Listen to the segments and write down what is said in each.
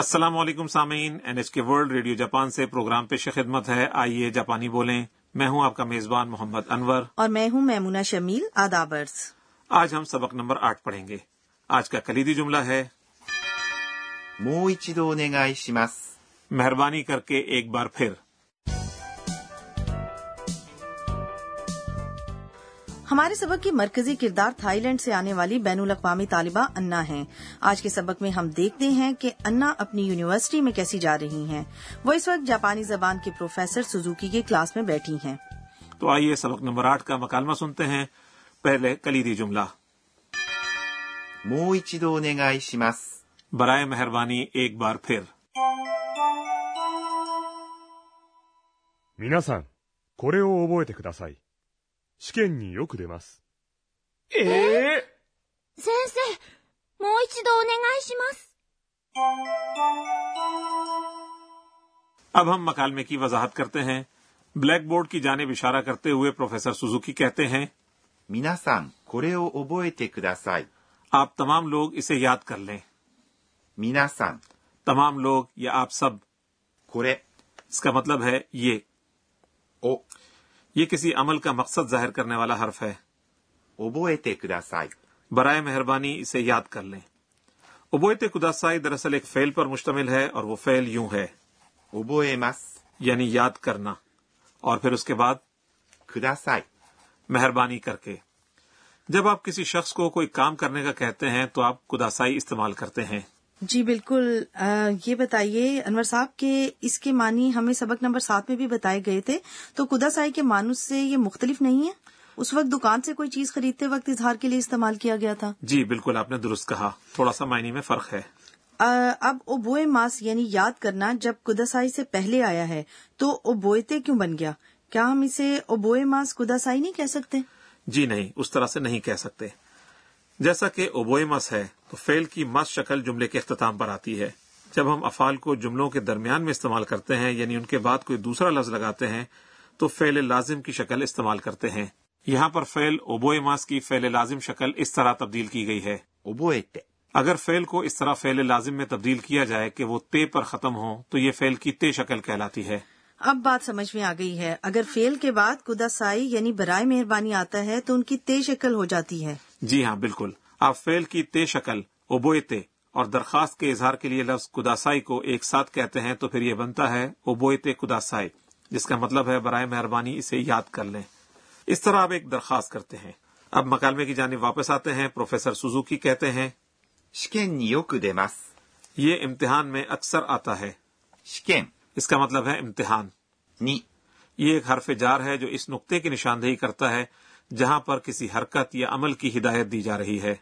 السلام علیکم سامعین N H K world radio Japan سے پروگرام پیش خدمت ہے آئیے جاپانی بولیں میں ہوں آپ کا میزبان محمد انور اور میں ہوں میمونہ شمیل آدابرس آج ہم سبق نمبر آٹھ پڑھیں گے آج کا کلیدی جملہ ہے もう一度お願いします。 مہربانی کر کے ایک بار پھر ہمارے سبق کی مرکزی کردار تھائی لینڈ سے آنے والی بین الاقوامی طالبہ انا ہیں آج کے سبق میں ہم دیکھتے ہیں کہ انا اپنی یونیورسٹی میں کیسی جا رہی ہیں وہ اس وقت جاپانی زبان کے پروفیسر سوزوکی کے کلاس میں بیٹھی ہیں تو آئیے سبق نمبر آٹھ کا مکالمہ سنتے ہیں پہلے کلیدی جملہ もう一度お願いします。 برائے مہربانی ایک بار پھر 皆さん、これを覚えてください。試験によく出ます。先生、もう一度お願いします。 اب ہم مکالمے کی وضاحت کرتے ہیں بلیک بورڈ کی جانب اشارہ کرتے ہوئے پروفیسر سوزوکی کہتے ہیں 皆さん、これを覚えてください。 آپ تمام لوگ اسے یاد کر لیں 皆さん、 تمام لوگ یا آپ سب これ、 اس کا مطلب ہے یہ を、 یہ کسی عمل کا مقصد ظاہر کرنے والا حرف ہے 覚えてください。 برائے مہربانی اسے یاد کر لیں ابویت خداسائی دراصل ایک فعل پر مشتمل ہے اور وہ فعل یوں ہے 覚えます。 یعنی یاد کرنا اور پھر اس کے بعد ください。 مہربانی کر کے جب آپ کسی شخص کو کوئی کام کرنے کا کہتے ہیں تو آپ خداسائی استعمال کرتے ہیں جی بالکل یہ بتائیے انور صاحب کہ اس کے معنی ہمیں سبق نمبر سات میں بھی بتائے گئے تھے تو خدا سائی کے مانوس سے یہ مختلف نہیں ہے اس وقت دکان سے کوئی چیز خریدتے وقت اظہار کے لیے استعمال کیا گیا تھا جی بالکل آپ نے درست کہا تھوڑا سا معنی میں فرق ہے اب اوبوئے ماس یعنی یاد کرنا جب کداسائی سے پہلے آیا ہے تو اوبوئتے کیوں بن گیا کیا ہم اسے اوبوئے ماس کداسائی نہیں کہہ سکتے جی نہیں اس طرح سے نہیں کہہ سکتے جیسا کہ اوبوئے مس ہے تو فعل کی مس شکل جملے کے اختتام پر آتی ہے جب ہم افعال کو جملوں کے درمیان میں استعمال کرتے ہیں یعنی ان کے بعد کوئی دوسرا لفظ لگاتے ہیں تو فعل لازم کی شکل استعمال کرتے ہیں یہاں پر فعل اوبوئے مس کی فعل لازم شکل اس طرح تبدیل کی گئی ہے 覚えて、 اگر فعل کو اس طرح فعل لازم میں تبدیل کیا جائے کہ وہ تے پر ختم ہو تو یہ فعل کی تے شکل کہلاتی ہے اب بات سمجھ میں آ گئی ہے اگر فیل کے بعد کداسائی یعنی برائے مہربانی آتا ہے تو ان کی تیز شکل ہو جاتی ہے جی ہاں بالکل آپ فعل کی تے شکل اوبوئتے اور درخواست کے اظہار کے لیے لفظ کداسائی کو ایک ساتھ کہتے ہیں تو پھر یہ بنتا ہے اوبوئتے کداسائی جس کا مطلب ہے برائے مہربانی اسے یاد کر لیں اس طرح آپ ایک درخواست کرتے ہیں اب مکالمے کی جانب واپس آتے ہیں پروفیسر سوزوکی کہتے ہیں 試験によく出ます。 یہ امتحان میں اکثر آتا ہے 試験 اس کا مطلب ہے امتحان に یہ ایک حرف جار ہے جو اس نقطے کی نشاندہی کرتا ہے جہاں پر کسی حرکت یا عمل کی ہدایت دی جا رہی ہے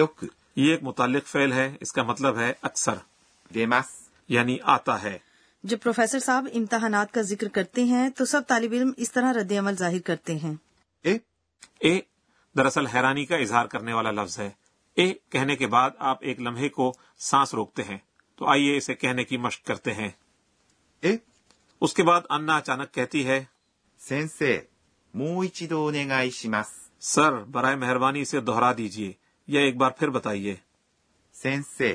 よく یہ ایک متعلق فعل ہے اس کا مطلب ہے اکثر 出ます。 یعنی آتا ہے جب پروفیسر صاحب امتحانات کا ذکر کرتے ہیں تو سب طالب علم اس طرح رد عمل ظاہر کرتے ہیں え、 اے دراصل حیرانی کا اظہار کرنے والا لفظ ہے اے کہنے کے بعد آپ ایک لمحے کو سانس روکتے ہیں تو آئیے اسے کہنے کی مشق کرتے ہیں え、 اس کے بعد انا اچانک کہتی ہے 先生、もう一度お願いします。 سر برائے مہربانی اسے دوہرا دیجیے یا ایک بار پھر بتائیے 先生、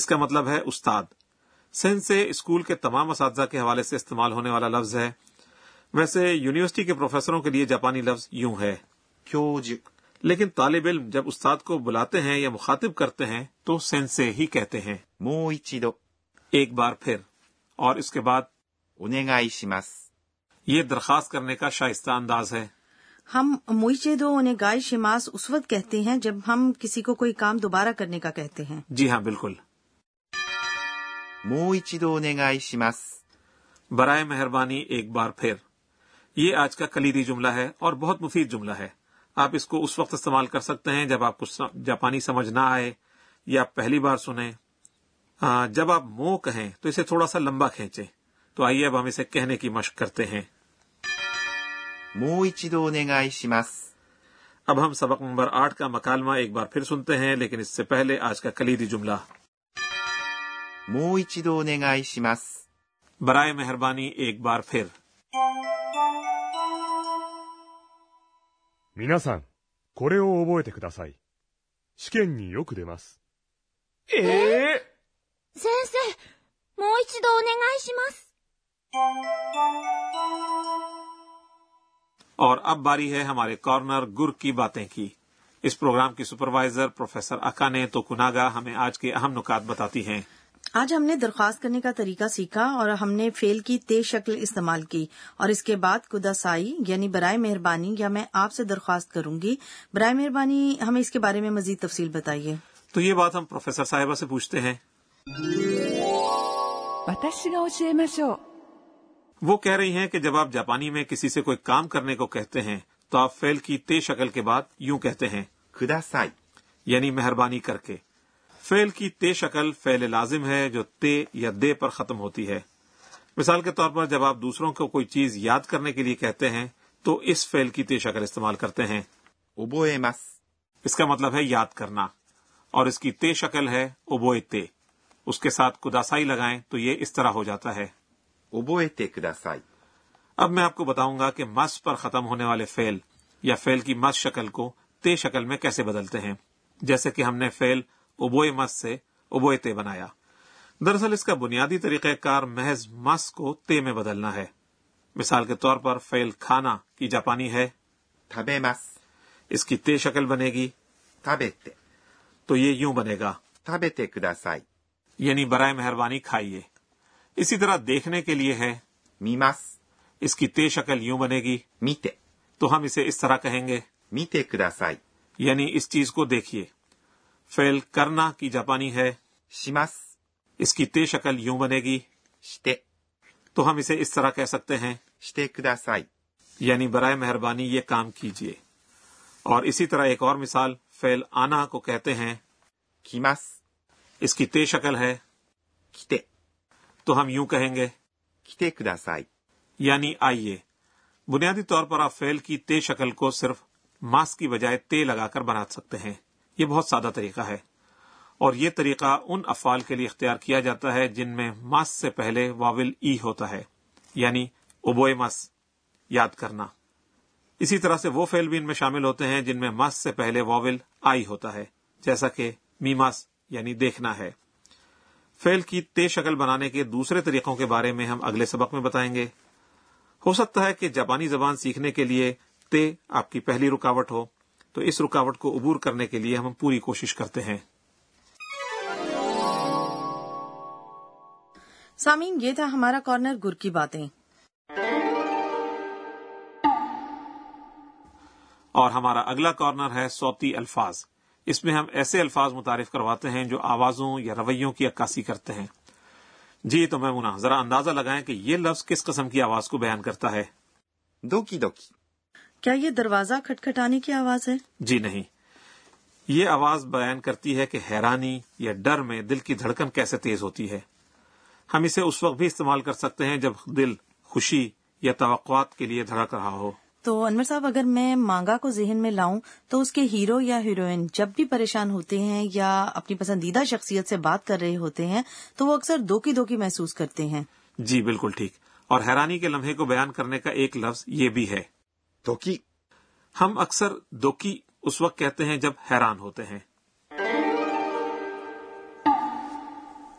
اس کا مطلب ہے استاد سینسے اسکول کے تمام اساتذہ کے حوالے سے استعمال ہونے والا لفظ ہے ویسے یونیورسٹی کے پروفیسروں کے لیے جاپانی لفظ یوں ہے 教授、 لیکن طالب علم جب استاد کو بلاتے ہیں یا مخاطب کرتے ہیں تو سینسے ہی کہتے ہیں もう一度 ایک بار پھر اور اس کے بعد お願いします。 یہ درخواست کرنے کا شائستہ انداز ہے ہم موئچے دو انہیں گائے شماس اس وقت کہتے ہیں جب ہم کسی کو کوئی کام دوبارہ کرنے کا کہتے ہیں جی ہاں بالکل もう一度お願いします。 برائے مہربانی ایک بار پھر یہ آج کا کلیدی جملہ ہے اور بہت مفید جملہ ہے آپ اس کو اس وقت استعمال کر سکتے ہیں جب آپ کو سم- جاپانی سمجھ نہ آئے یا آپ پہلی بار سنیں آ، جب آپ مو کہیں تو اسے تھوڑا سا لمبا کھینچیں تو آئیے اب ہم اسے کہنے کی مشق کرتے ہیں もう一度お願いします。 اب ہم سبق نمبر آٹھ کا مکالمہ ایک بار پھر سنتے ہیں لیکن اس سے پہلے آج کا کلیدی جملہ もう一度お願いします。 برائے مہربانی ایک بار پھر 皆さん、これを覚えてください。試験によく出ます。先生、もう一度お願いします。 اور اب باری ہے ہمارے کارنر گر کی باتیں کی اس پروگرام کی سپروائزر پروفیسر اکانے تو کناگا ہمیں آج کے اہم نکات بتاتی ہیں آج ہم نے درخواست کرنے کا طریقہ سیکھا اور ہم نے فیل کی تیز شکل استعمال کی اور اس کے بعد کداسائی یعنی برائے مہربانی یا میں آپ سے درخواست کروں گی برائے مہربانی ہمیں اس کے بارے میں مزید تفصیل بتائیے تو یہ بات ہم پروفیسر صاحبہ سے پوچھتے ہیں 私が教えましょう وہ کہہ رہی ہیں کہ جب آپ جاپانی میں کسی سے کوئی کام کرنے کو کہتے ہیں تو آپ فیل کی تے شکل کے بعد یوں کہتے ہیں ください یعنی مہربانی کر کے فعل کی تے شکل فعل لازم ہے جو تے یا دے پر ختم ہوتی ہے مثال کے طور پر جب آپ دوسروں کو کوئی چیز یاد کرنے کے لیے کہتے ہیں تو اس فعل کی تے شکل استعمال کرتے ہیں 覚えます。 اس کا مطلب ہے یاد کرنا اور اس کی تے شکل ہے اوبوئے تے اس کے ساتھ کداسائی لگائیں تو یہ اس طرح ہو جاتا ہے 覚えてください。 اب میں آپ کو بتاؤں گا کہ مس پر ختم ہونے والے فعل یا فعل کی مس شکل کو تے شکل میں کیسے بدلتے ہیں جیسے کہ ہم نے فعل ابوئے مس سے ابوئے تے بنایا دراصل اس کا بنیادی طریقہ کار محض مس کو تے میں بدلنا ہے مثال کے طور پر فعل کھانا کی جاپانی ہے 食べます。 اس کی تے شکل بنے گی 食べて。 تو یہ یوں بنے گا 食べてください。 یعنی برائے مہربانی کھائیے اسی طرح دیکھنے کے لیے ہے 見ます。 اس کی تے شکل یوں بنے گی 見て。 تو ہم اسے اس طرح کہیں گے 見てください。 یعنی اس چیز کو دیکھیے فعل کرنا کی جاپانی ہے します。 اس کی تے شکل یوں بنے گی して。 تو ہم اسے اس طرح کہہ سکتے ہیں してください。 یعنی برائے مہربانی یہ کام کیجیے اور اسی طرح ایک اور مثال فعل آنا کو کہتے ہیں 来ます。 اس کی تے شکل ہے 来て。 تو ہم یوں کہیں گے 来てください。 یعنی آئیے بنیادی طور پر آپ فعل کی تے شکل کو صرف ماس کی بجائے تے لگا کر بنا سکتے ہیں یہ بہت سادہ طریقہ ہے اور یہ طریقہ ان افعال کے لیے اختیار کیا جاتا ہے جن میں ماس سے پہلے واول ای ہوتا ہے یعنی اوبوئے مس یاد کرنا اسی طرح سے وہ فعل بھی ان میں شامل ہوتے ہیں جن میں ماس سے پہلے واول آئی ہوتا ہے جیسا کہ میماس یعنی دیکھنا ہے فعل کی تے شکل بنانے کے دوسرے طریقوں کے بارے میں ہم اگلے سبق میں بتائیں گے ہو سکتا ہے کہ جاپانی زبان سیکھنے کے لیے تے آپ کی پہلی رکاوٹ ہو تو اس رکاوٹ کو عبور کرنے کے لیے ہم پوری کوشش کرتے ہیں سامعین یہ تھا ہمارا کارنر گر کی باتیں اور ہمارا اگلا کارنر ہے صوتی الفاظ اس میں ہم ایسے الفاظ متعارف کرواتے ہیں جو آوازوں یا رویوں کی عکاسی کرتے ہیں جی تو میمونہ ذرا اندازہ لگائیں کہ یہ لفظ کس قسم کی آواز کو بیان کرتا ہے ドキドキ。 کیا یہ دروازہ کھٹکھٹانے کی آواز ہے جی نہیں یہ آواز بیان کرتی ہے کہ حیرانی یا ڈر میں دل کی دھڑکن کیسے تیز ہوتی ہے ہم اسے اس وقت بھی استعمال کر سکتے ہیں جب دل خوشی یا توقعات کے لیے دھڑک رہا ہو تو انور صاحب اگر میں مانگا کو ذہن میں لاؤں تو اس کے ہیرو یا ہیروئن جب بھی پریشان ہوتے ہیں یا اپنی پسندیدہ شخصیت سے بات کر رہے ہوتے ہیں تو وہ اکثر دوکی دوکی محسوس کرتے ہیں جی بالکل ٹھیک اور حیرانی کے لمحے کو بیان کرنے کا ایک لفظ یہ بھی ہے ドキ。 ہم اکثر دوکی اس وقت کہتے ہیں جب حیران ہوتے ہیں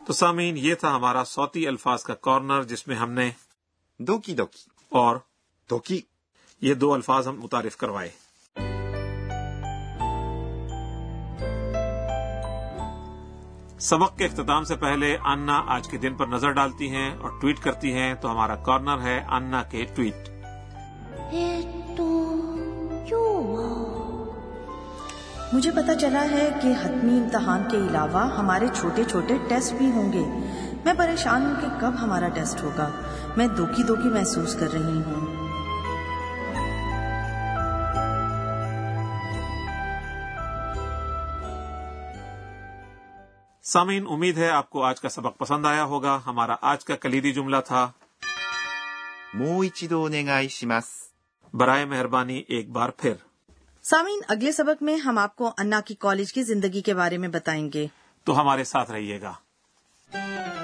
تو سامعین یہ تھا ہمارا صوتی الفاظ کا کارنر جس میں ہم نے ドキドキ。 اور ドキ。 یہ دو الفاظ ہم متعارف کروائے سبق کے اختتام سے پہلے انا آج کے دن پر نظر ڈالتی ہیں اور ٹویٹ کرتی ہیں تو ہمارا کارنر ہے انا کے ٹویٹ えーっと、今日は、 مجھے پتا چلا ہے کہ حتمی امتحان کے علاوہ ہمارے چھوٹے چھوٹے ٹیسٹ بھی ہوں گے میں پریشان ہوں کہ کب ہمارا ٹیسٹ ہوگا میں دوکی دوکی محسوس کر رہی ہوں سامعین امید ہے آپ کو آج کا سبق پسند آیا ہوگا ہمارا آج کا کلیدی جملہ تھا もう一度お願いします。 برائے مہربانی ایک بار پھر سامعین اگلے سبق میں ہم آپ کو انا کی کالج کی زندگی کے بارے میں بتائیں گے تو ہمارے ساتھ رہیے گا